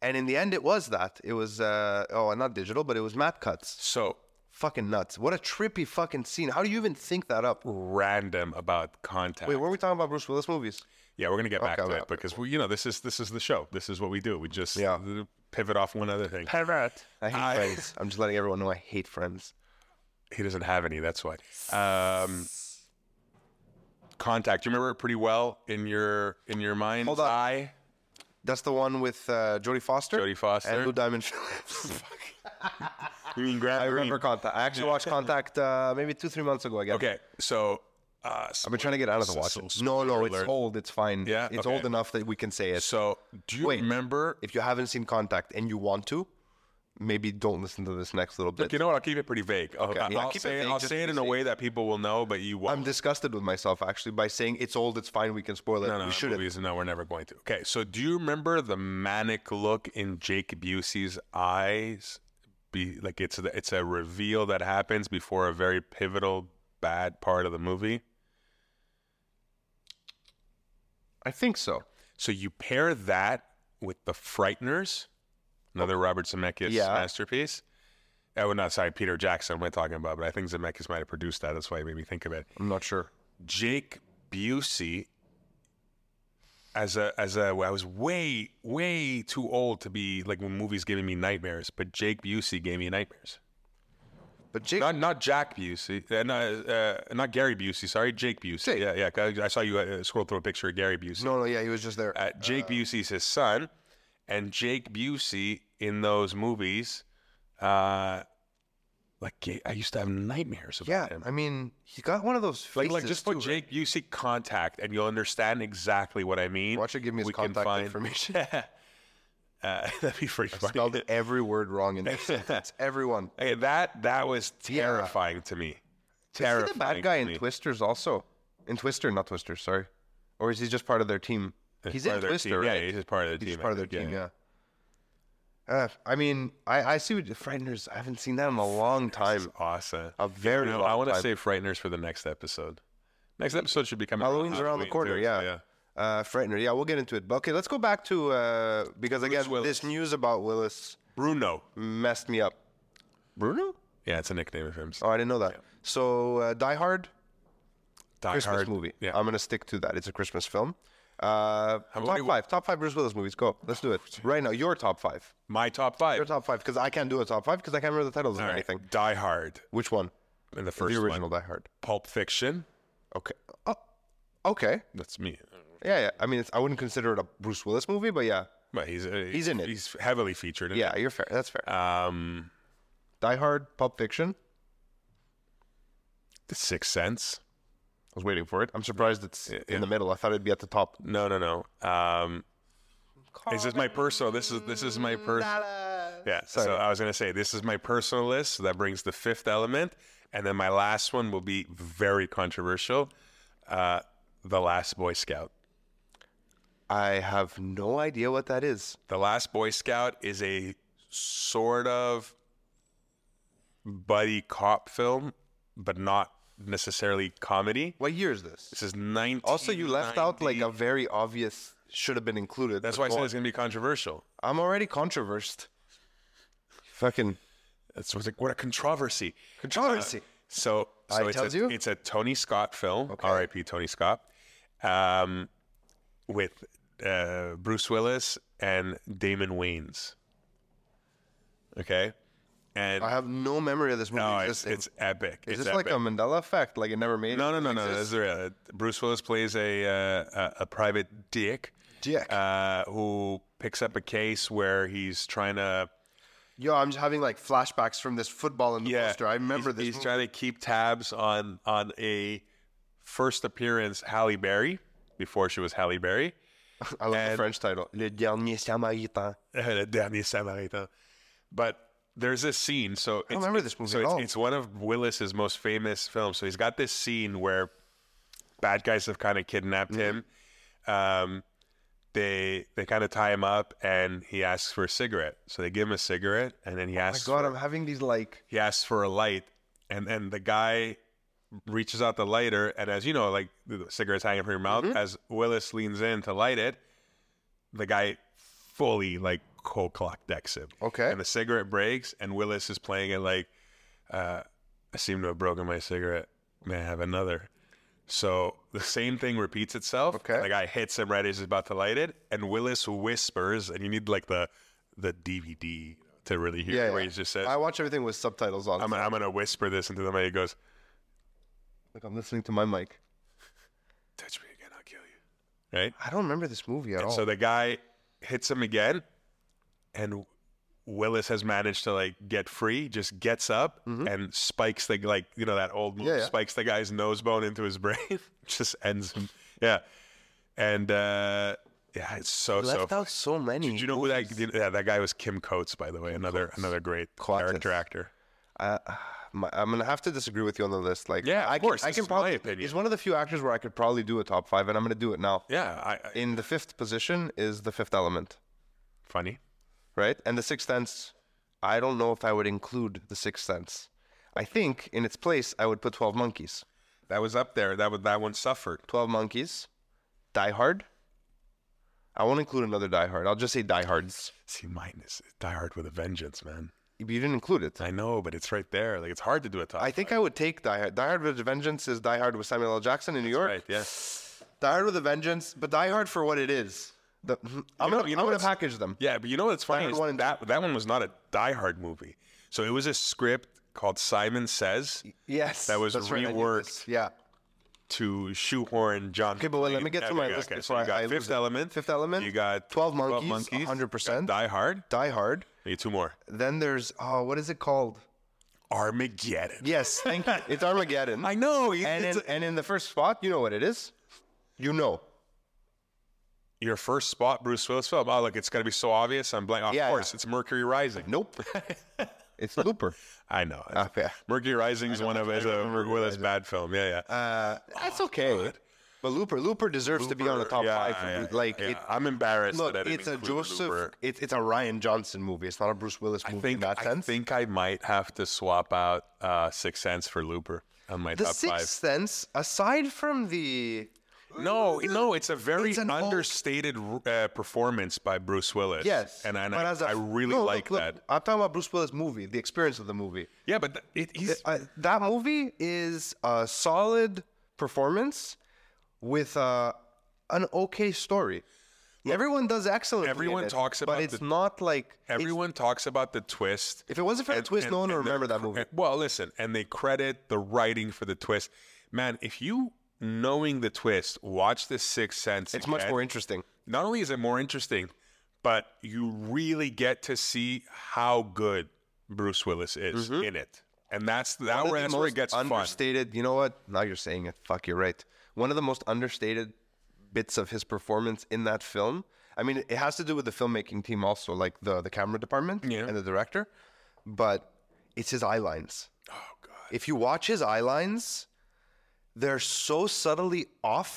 And in the end, it was that. It was, uh, oh, not digital, but it was matte cuts.
So
Fucking nuts. What a trippy fucking scene. How do you even think that up?
random about Contact.
Wait, were we talking about Bruce Willis movies?
yeah, we're gonna get back
Okay,
to
okay,
it
okay.
because we, you know, this is this is the show. This is what we do. We just
Yeah.
th- pivot off one other thing.
Pivot. I hate
I-
friends. I'm just letting everyone know I hate friends.
He doesn't have any. That's why. Um, Contact. You remember it pretty well in your in your mind's
Hold on.
eye.
That's the one with uh, Jodie Foster.
Jodie Foster.
And Lou Diamond Phillips.
You mean Grant
I
Green?
remember Contact. I actually watched Contact uh, maybe two, three months ago. I guess.
Okay, so uh,
I've been trying to get out of the watch.
So-
it. no, no, it's old. It's fine.
Yeah?
It's
Okay.
old enough that we can say it.
so do you
Wait.
remember?
If you haven't seen Contact and you want to, maybe don't listen to this next little bit.
You know what? I'll keep it pretty vague. I'll,
Okay,
I'll,
yeah, keep it
say it,
vague,
I'll
just
say it
be
in a
safe.
way that people will know, but you won't.
I'm disgusted with myself actually by saying it's old. It's fine. We can spoil it.
no, no,
we
no,
shouldn't.
movies, no, we're never going to. Okay, so do you remember the manic look in Jake Busey's eyes? Be like it's a, it's a reveal that happens before a very pivotal bad part of the movie.
I think so.
So you pair that with the Frighteners, another Robert Zemeckis
Yeah.
masterpiece. Oh, no, sorry, Peter Jackson. What am I talking about? But I think Zemeckis might have produced that. That's why it made me think of it.
I'm not sure.
Jake Busey as a as a I was way way too old to be like when movies giving me nightmares, but Jake Busey gave me nightmares.
But Jake,
Not not Jack Busey, uh, not, uh, not Gary Busey. Sorry, Jake Busey. Yeah, yeah. 'cause I I saw you uh, scroll through a picture of Gary Busey.
no, no, yeah, he was just there.
Uh, Jake Busey's his son, and Jake Busey in those movies, uh, like ga- I used to have nightmares about
yeah,
him.
I mean, he got one of those faces
Like, like just put
too, right?
Jake Busey contact, and you'll understand exactly what I mean.
Watch it give me his
We can
contact
find-
information.
uh, that'd be pretty funny.
Spelled every word wrong in this. sentence. Everyone.
Okay, that that was
Yeah.
terrifying to me.
Is
Terrifying.
he the bad guy
to
in
me.
Twisters also? In Twister, not Twisters, sorry. Or is he just part of their team? He's in
Part of their team.
Twister,
Yeah,
right?
he's just part of the
He's
team. I
part of their
think,
team, yeah. Uh, I mean, I, I see what Frighteners. I haven't seen that in a long time.
Awesome.
A very
No,
long
I want to
time.
save Frighteners for the next episode. Next episode should be coming.
Halloween's around the corner, yeah.
yeah.
Uh, Frightener, yeah, we'll get into it. But okay, let's go back to uh, because again,
Willis.
this news about Willis
Bruno.
messed me up. Bruno?
Yeah, it's a nickname of him.
Oh, I didn't know that. So uh, Die Hard,
Die
Christmas
Hard.
movie. Uh,
Yeah.
I'm gonna stick to that. It's a Christmas film. Uh,
about
top
you-
five, top five Bruce Willis movies. Go, let's do it right now. Your top five,
My top
your
five.
top five, because I can't do a top five because I can't remember the titles
All
of
right.
anything.
Die Hard.
Which one?
In the first
the
one.
original Die Hard.
Pulp Fiction.
Okay. Oh, okay.
That's me.
Yeah, yeah. I mean, it's, I wouldn't consider it a Bruce Willis movie, but yeah,
But he's uh,
He's in it.
He's heavily featured. In
yeah, you're fair. That's fair.
It. Um,
Die Hard, Pulp Fiction.
The Sixth Sense.
I was waiting for it. I'm surprised it's
Yeah, yeah.
in the middle. I thought it'd be at the top.
No, no, no. Um, is this my personal? This is this is my personal. Yeah. So I was gonna say this is my personal list. So that brings the fifth element, and then my last one will be very controversial. Uh, the Last Boy Scout.
I have no idea what that is.
The Last Boy Scout is a sort of buddy cop film, but not necessarily comedy.
What year is this?
This is 19.
Also, you left out like a very obvious should have been included.
That's
but
why I
go
said
on.
it's gonna be controversial.
I'm already controversed. Fucking
That's what's like what a controversy.
controversy.
So, so
I
it's,
tells
a,
you?
it's a Tony Scott film,
Okay.
R.I.P. Tony Scott, um, with uh, Bruce Willis and Damon Wayans. Okay, and
I have no memory of this movie
no, it's,
existing.
it's epic.
is
it's
this like
epic.
a Mandela effect? Like it never made
no,
it?
no, no,
It
no? This
exists?
is real. Bruce Willis plays a uh, a, a private dick
Dick.
uh, who picks up a case where he's trying to
Yo, I'm just having like flashbacks from this football in the
yeah.
poster. I remember
he's,
this.
He's
movie.
trying to keep tabs on on a first appearance Halle Berry before she was Halle Berry.
I love the
and-
French title. Le dernier Samaritain.
Le dernier Samaritain. But there's this scene. So it's-
remember this movie
So
at
it's,
all.
it's one of Willis's most famous films. So he's got this scene where bad guys have kind of kidnapped
Mm-hmm.
him. Um, they they kind of tie him up, and he asks for a cigarette. So they give him a cigarette, and then he
Oh My
asks
God, I'm having these like
he asks for a light, and then the guy reaches out the lighter, and as you know, like the the cigarette's hanging from your mouth,
Mm-hmm.
as Willis leans in to light it, the guy fully like cold clock decks him.
Okay.
And the cigarette breaks, and Willis is playing it like, uh, I seem to have broken my cigarette. May I have another? So the same thing repeats itself.
Okay.
The guy hits him right as he's about to light it, and Willis whispers, and you need like the the DVD to really hear
Yeah,
where
yeah.
he just says,
I watch everything with subtitles on.
I'm, I'm gonna whisper this into the mic. He goes,
Like I'm listening to my mic.
"Touch me again, I'll kill you." Right.
I don't remember this movie at all.
So the guy hits him again, and Willis has managed to like get free. Just gets up and spikes the like you know that old move,
Yeah, yeah.
spikes the guy's nose bone into his brain. just ends him. Yeah. And uh yeah, it's so so.
left out so many.
Do you know who that? Yeah, that guy was Kim Coates, by the way. Another another great
Coates.
character actor.
I- my, I'm gonna have to disagree with you on the list. Like,
Yeah, of
I
course,
Can, I
this
can
is
probably.
my opinion.
He's one of the few actors where I could probably do a top five, and I'm gonna do it now.
Yeah, I, I
In the fifth position is The Fifth Element,
funny.
right? And The Sixth Sense. I don't know if I would include The Sixth Sense. I think in its place I would put Twelve Monkeys.
That was up there. That was that one suffered.
Twelve Monkeys, Die Hard. I won't include another Die Hard. I'll just say Die Hards.
See, mine is Die Hard with a Vengeance, man.
You didn't include it.
I know, but it's right there. Like it's hard to do a top.
I think I would take Die Hard. Die Hard with a Vengeance is Die Hard with Samuel L. Jackson in New York.
right. Yeah.
Die Hard with a Vengeance, but Die Hard for what it is. The- I'm
know-
gonna,
you know
I'm gonna
what's-
package them.
Yeah, but you know what's funny?
Hard
is
one and-
that that one was not a Die Hard movie. So it was a script called Simon Says
Yes,
That was
that's right, I did
reworked.
this. yeah.
to shoehorn John.
Okay, but wait, let me get to my list
Okay,
before
so
I-
you got
I lose
Fifth
it.
Element.
Fifth Element,
You got
12 Monkeys,
you got
100%.
Die Hard.
Die Hard.
You got two more.
Then there's oh, what is it called? Uh,
Armageddon.
Yes, thank you. It's Armageddon.
I know. you-
and
it's
in,
a-
and in the first spot, you know what it is. You know.
your first spot, Bruce Willis film. Oh, look, it's gonna be so obvious. I'm blank. Of
Yeah,
course,
yeah.
it's Mercury Rising.
Nope. it's Looper. Ah,
I know.
Okay.
Mercury Rising is one of is a Willis bad film. Yeah, yeah.
Uh, that's okay. But Looper, Looper deserves to be on the top
Yeah,
five.
yeah, yeah,
like
yeah.
it,
I'm embarrassed.
look,
that I didn't
it's a
include
Joseph.
Looper.
It's it's a Ryan Johnson movie. It's not a Bruce Willis movie
I think
in that
I
sense.
think I might have to swap out uh, Sixth Sense for Looper on my
The
top
Sixth Sense, aside from the
five. No, no, it's a very
It's an old-
understated uh, performance by Bruce Willis.
yes,
and, and
but
I,
as a-
I really
No, look,
like
look,
that.
I'm talking about Bruce Willis movie, the experience of the movie.
Yeah, but th- it, he's
Uh, that movie is a solid performance with uh, an okay story. everyone does excellent.
everyone talks
but
about
it's
the-
not like it's-
everyone talks about the twist.
If it wasn't for the twist, no one would
they
remember that
cre-
movie.
Well, listen, and they credit the writing for the twist. Man, if you knowing the twist, watch the Sixth Sense.
It's much
again,
more interesting.
not only is it more interesting, but you really get to see how good Bruce Willis is in it, and that's that
Mm-hmm. One
where,
of the
that's where
most
it gets fun.
understated. You know what? Now you're saying it. Fuck, you're right. One of the most understated bits of his performance in that film. I mean, it has to do with the filmmaking team also, like the the camera department
Yeah.
and the director. But it's his eye lines.
Oh god,
If you watch his eye lines, they're so subtly off.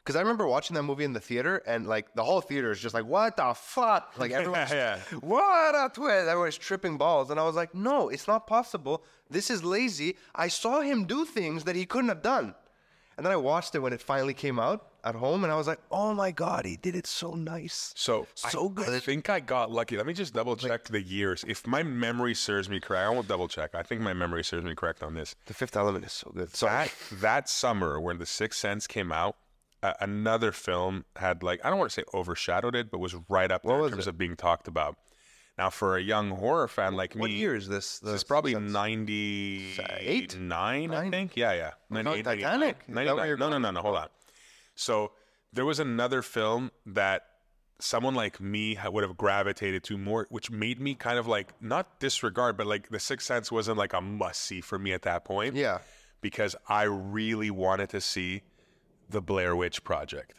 Because I remember watching that movie in the theater, and like the whole theater is just like, "What the fuck!" Like everyone's,
Yeah.
"What a twist!" Everyone's tripping balls, and I was like, "No, it's not possible. This is lazy. I saw him do things that he couldn't have done." And then I watched it when it finally came out at home, and I was like, "Oh my god, he did it so nice."
so
So
I,
good.
I think I got lucky. Let me just double check the years. If my memory serves me correct, I won't double check. I think my memory serves me correct on this.
The Fifth Element is so good. So
That that summer when The Sixth Sense came out, uh, another film had like I don't want to say overshadowed it, but was right up there in
was
terms of being talked about. Now, for a young horror fan like
What
me,
year is this?
This is probably ninety-nine, I
Nine? Oh,
think. Yeah, yeah.
no,
98,
Titanic. Is that what
99.
you're
No, no, no, no. Hold on. So there was another film that someone like me ha- would have gravitated to more, which made me kind of like not disregard, but like The Sixth Sense wasn't like a must see for me at that point
Yeah.
because I really wanted to see the Blair Witch Project.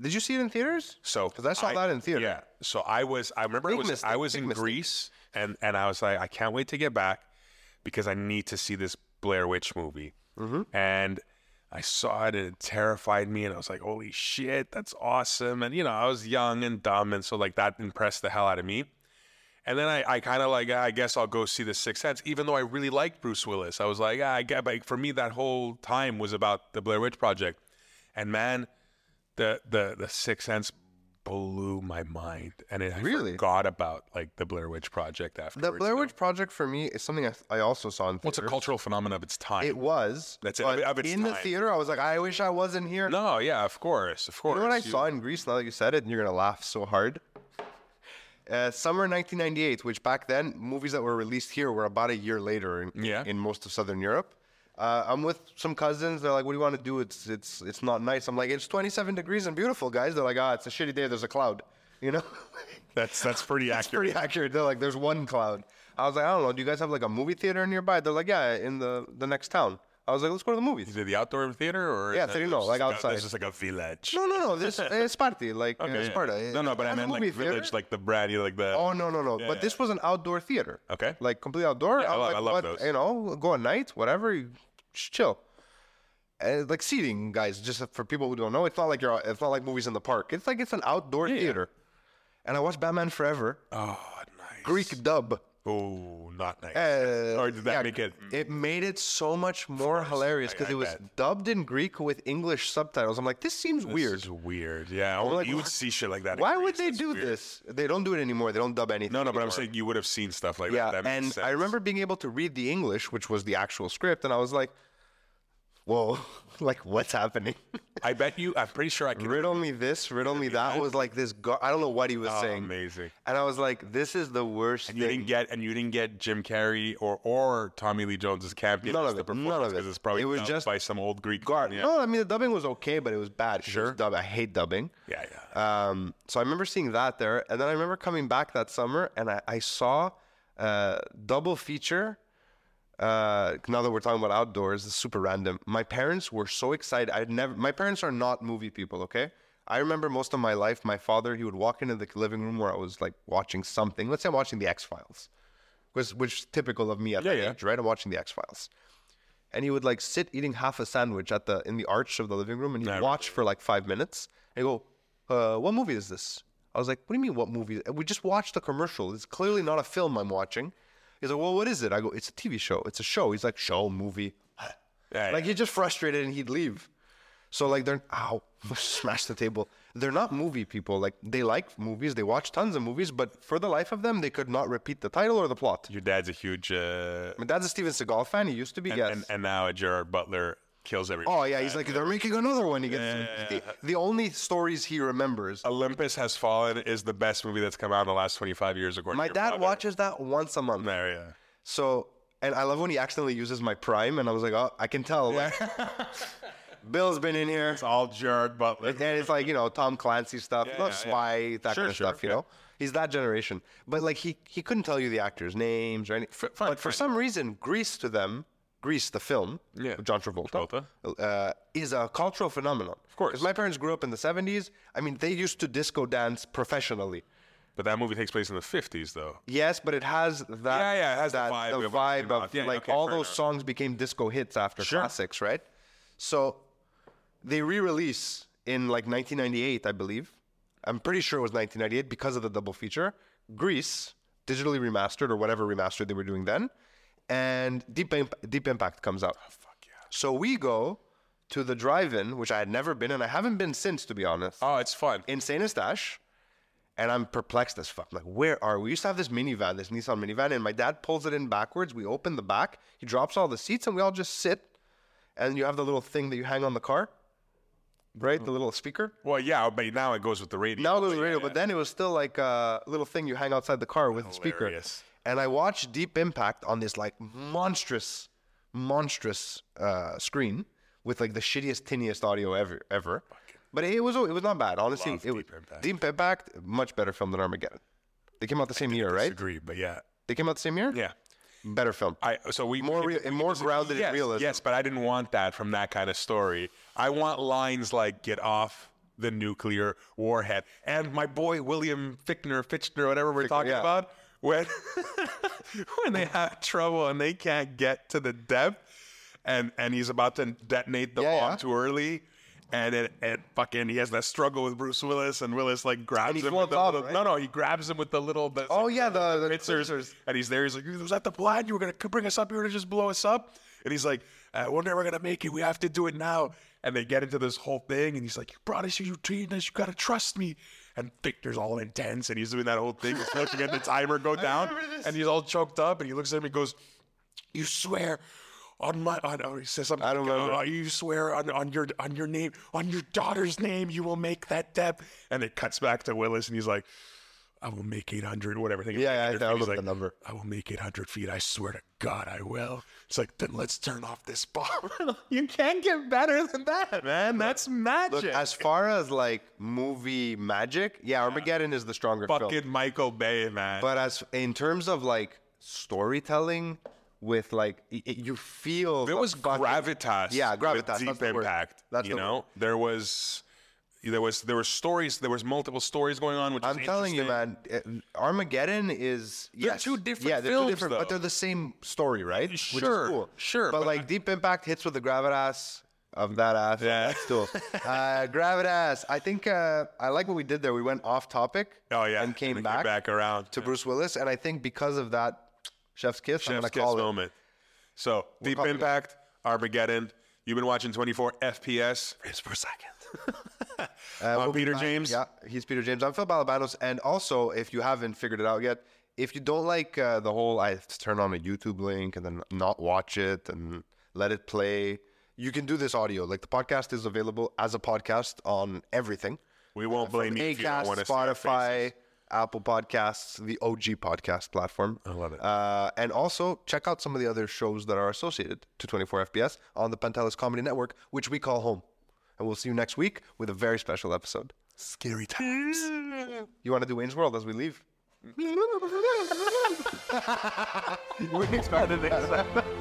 Did you see it in theaters?
So
'Cause I saw that in theater.
Yeah. So I was. I remember it
Big
was.
mistake,
I was
big
in
mistake.
Greece, and and I was like, I can't wait to get back because I need to see this Blair Witch movie.
Mm-hmm.
And I saw it, and it terrified me, and I was like, holy shit, that's awesome. And you know, I was young and dumb, and so like that impressed the hell out of me. And then I, I kind of like, "Ah, I guess I'll go see The Sixth Sense, even though I really liked Bruce Willis. I was like, ah, I get, like for me, that whole time was about the Blair Witch Project. And man, the the the Sixth Sense blew my mind, and it, I
Really?
forgot about like the Blair Witch Project after.
The Blair Witch Project for me is something I, I also saw in theaters.
What's a cultural phenomenon of its time?
It was.
That's it,
but
of its
in the
time.
theater, I was like, I wish I wasn't here.
no, yeah, of course, of course.
You know what I
You-
saw in Greece? Now that you said it, and you're gonna laugh so hard. Uh, summer 1998, which back then movies that were released here were about a year later in,
Yeah.
in most of Southern Europe. Uh, I'm with some cousins. They're like, "What do you want to do? It's it's it's not nice." I'm like, "It's 27 degrees and beautiful, guys." They're like, "Ah, it's a shitty day. There's a cloud." You know,
That's that's pretty
it's
accurate.
pretty accurate. They're like, "There's one cloud." I was like, "I don't know. Do you guys have like a movie theater nearby?" They're like, "Yeah, in the the next town." I was like, "Let's go to the movies."
Is it the outdoor theater or
Yeah,
is
theater,
it
no,
just-
like
uh,
outside.
This is like a village.
No, no, no. This it's Sparty, like
Okay,
uh,
yeah.
Sparta.
No, no, but I
As a
meant like
movie theater-
village, like the bratty, like the.
Oh no no no! but
yeah.
this was an outdoor theater.
Okay.
Like complete outdoor.
Yeah, I love-
like,
I love
but,
those.
You know, go at night, whatever. You just chill. And like seating, guys. Just for people who don't know, it's not like you're. It's not like movies in the park. It's like it's an outdoor theater. And I watched Batman Forever,
Oh, nice.
Greek dub.
Oh, not nice.
Uh,
Or did that make it-
It made it so much more hilarious because
Mm. I
it was
bet.
dubbed in Greek with English subtitles. I'm like, this seems weird.
This is weird. Yeah, only-
like,
you would
what-
see shit like that. in
Why would
Greece.
they
That's
do
weird.
this? They don't do it anymore. They don't dub anything.
No, no, but I'm
anymore.
saying you would have seen stuff like
Yeah,
that. that
and
makes
I
sense.
remember being able to read the English, which was the actual script, and I was like, "Whoa, like what's happening?
I bet you. I'm pretty sure I can.
riddle me this, riddle me that." Was like this. Gar- I don't know what he was
Oh,
saying,
amazing.
and I was like, "This is the worst
You
thing."
didn't get, and you didn't get Jim Carrey or or Tommy Lee Jones's camp.
None of it, none of it.
It's probably
It was
dubbed
just
by some old Greek
Gar-
guard. Yeah.
No, I mean the dubbing was okay, but it was bad. 'cause it was
Sure.
dub- I hate dubbing.
yeah, yeah.
Um, so I remember seeing that there, and then I remember coming back that summer, and I, I saw uh, double feature. Uh, now that we're talking about outdoors, it's super random. My parents were so excited. I'd never. My parents are not movie people. Okay, I remember most of my life. My father, he would walk into the living room where I was like watching something. Let's say I'm watching the X Files, which which is typical of me at
Yeah,
that
yeah.
age, right? I'm watching the X Files, and he would like sit eating half a sandwich at the in the arch of the living room, and he'd
Never.
watch for like five minutes and go, uh, "What movie is this?" I was like, "What do you mean, what movie?" We just watched the commercial. It's clearly not a film I'm watching. He's like, "Well, what is it?" I go, "It's a TV show. It's a show." He's like, "Show movie."
yeah,
Like he just frustrated and he'd leave. So like they're ow, smash the table. They're not movie people. Like they like movies. They watch tons of movies, but for the life of them, they could not repeat the title or the plot.
your dad's a huge, uh,
My dad's a Steven Seagal fan. He used to be. yes.
and and now Gerard Butler kills everyone.
Oh yeah, he's like they're making another one. He gets The, the only stories he remembers.
Olympus Has Fallen is the best movie that's come out in the last 25 years. According
My
to your
dad
father.
watches that once a month.
There, yeah.
So, and I love when he accidentally uses my prime, and I was like, oh, I can tell. like, Bill's been in here,
It's all Gerard Butler.
and it's like you know Tom Clancy stuff,
Yeah,
not
yeah, yeah.
Spy, that
Sure,
kind of
sure,
stuff. You know, he's that generation. But like he he couldn't tell you the actors' names or anything.
fine,
but for
fine.
some reason, Grease to them, Grease the film,
Yeah.
with John Travolta,
Travolta.
Uh, is a cultural phenomenon. Of
course.
because my parents grew up in the '70s. I mean, they used to disco dance professionally.
But that movie takes place in the 50s, though.
Yes, but it has that.
Yeah, yeah, it has the
that-
vibe
the
of-
vibe of
Yeah,
like
okay,
all
fair
those
enough.
songs became disco hits after
Sure.
classics, right? So they re-release in like 1998, I believe. I'm pretty sure it was 1998 because of the double feature. Grease, digitally remastered or whatever remastered they were doing then, and Deep Imp- Deep Impact comes out.
Oh, Fuck yeah.
So we go to the drive-in, which I had never been, and I haven't been since, to be honest
Oh, it's fun.
insane as dash. And I'm perplexed as fuck. I'm like, where are we? We used to have this minivan, this Nissan minivan, and my dad pulls it in backwards. We open the back. He drops all the seats, and we all just sit. And you have the little thing that you hang on the car. right? The little speaker.
Well, yeah, but now it goes with the radio.
Now it was radio, but then it was still like a little thing you hang outside the car with the
Hilarious.
speaker. And I watched Deep Impact on this like monstrous, monstrous uh, screen with like the shittiest, tiniest audio ever. Ever. But it was it was not bad, honestly.
Love
it was,
Deep Impact.
Deep Impact, much better film than Armageddon. They came out the same year, right?
Agree, but yeah,
They came out the same year.
yeah.
Better film.
I so we
More real and more grounded
yes,
in realism.
Yes, but I didn't want that from that kind of story. I want lines like "Get off the nuclear warhead" and my boy William Fichtner, Fichtner, whatever we're talking
yeah.
about, when when they have trouble and they can't get to the depth, and and he's about to detonate the
Yeah,
bomb
yeah.
too early. And it, it fucking he has that struggle with Bruce Willis and Willis like grabs
he
him with
floats
the
up,
little,
right?
no no he grabs him with the little the,
Oh yeah, the, the
Pritzers. And he's there. He's like, was that the plan? You were going to bring us up here to just blow us up? And he's like, uh, we're never going to make it. We have to do it now. And they get into this whole thing. And he's like, you brought us here. You treated us. You got to trust me. And Victor's all intense. And he's doing that whole thing. He's looking at the timer go down.
remember this.
And he's all choked up. And he looks at him and goes, you swear on my on oh, he says something
I don't
like,
remember.
"Uh, you swear on, on your on your name on your daughter's name you will make that debt and it cuts back to Willis and he's like I will make 800 whatever I think it's
Yeah, yeah, I
800 feet.
downloaded
He's
the
like,
number.
I will make 800 feet I swear to god I will it's like then let's turn off this bomb you can't get better than that man that's magic
Look, as far as like movie magic, yeah, Armageddon is the stronger film.
fucking Michael Bay man
But as in terms of like storytelling, with like y- y- you feel
there
the
was
fucking-
gravitas.
Yeah,
with
gravitas, that's
deep
the word.
impact.
That's
you
the
know, there was, there was, there were stories. There was multiple stories going on. Which
I'm
is
telling you,
interesting.
man, uh, Armageddon is
They're
yes.
two different
Yeah, they're
films,
two different, but
though.
they're the same story, right? Which is
Sure,
cool.
sure,
But,
but
like Deep Impact hits with the gravitas of that ass.
Yeah.
still uh, gravitas. I think uh, I like what we did there. We went off topic.
Oh yeah,
and came
it
back.
around
to Bruce Willis, and I think because of that, Chef's Kiss, I'm gonna
Chef's Kiss
call it.
moment. So deep
calling it.
impact, Armageddon. You've been watching 24 FPS. Frames per second.
Uh,
on
we'll be
Peter
back.
James.
Yeah, he's Peter James. I'm Phil Balabanos, and also if you haven't figured it out yet, if you don't like uh, the whole I have to turn on a YouTube link and then not watch it and let it play, you can do this audio. Like the podcast is available as a podcast on everything.
We won't blame you if you don't
Acast,
want to
Spotify, Apple Podcasts, the OG podcast platform. I
love it.
Uh, and also check out some of the other shows that are associated to 24 FPS on the Pantelis Comedy Network, which we call home. And we'll see you next week with a very special episode.
Scary times.
You want to do Wayne's World as we leave? we expanded this.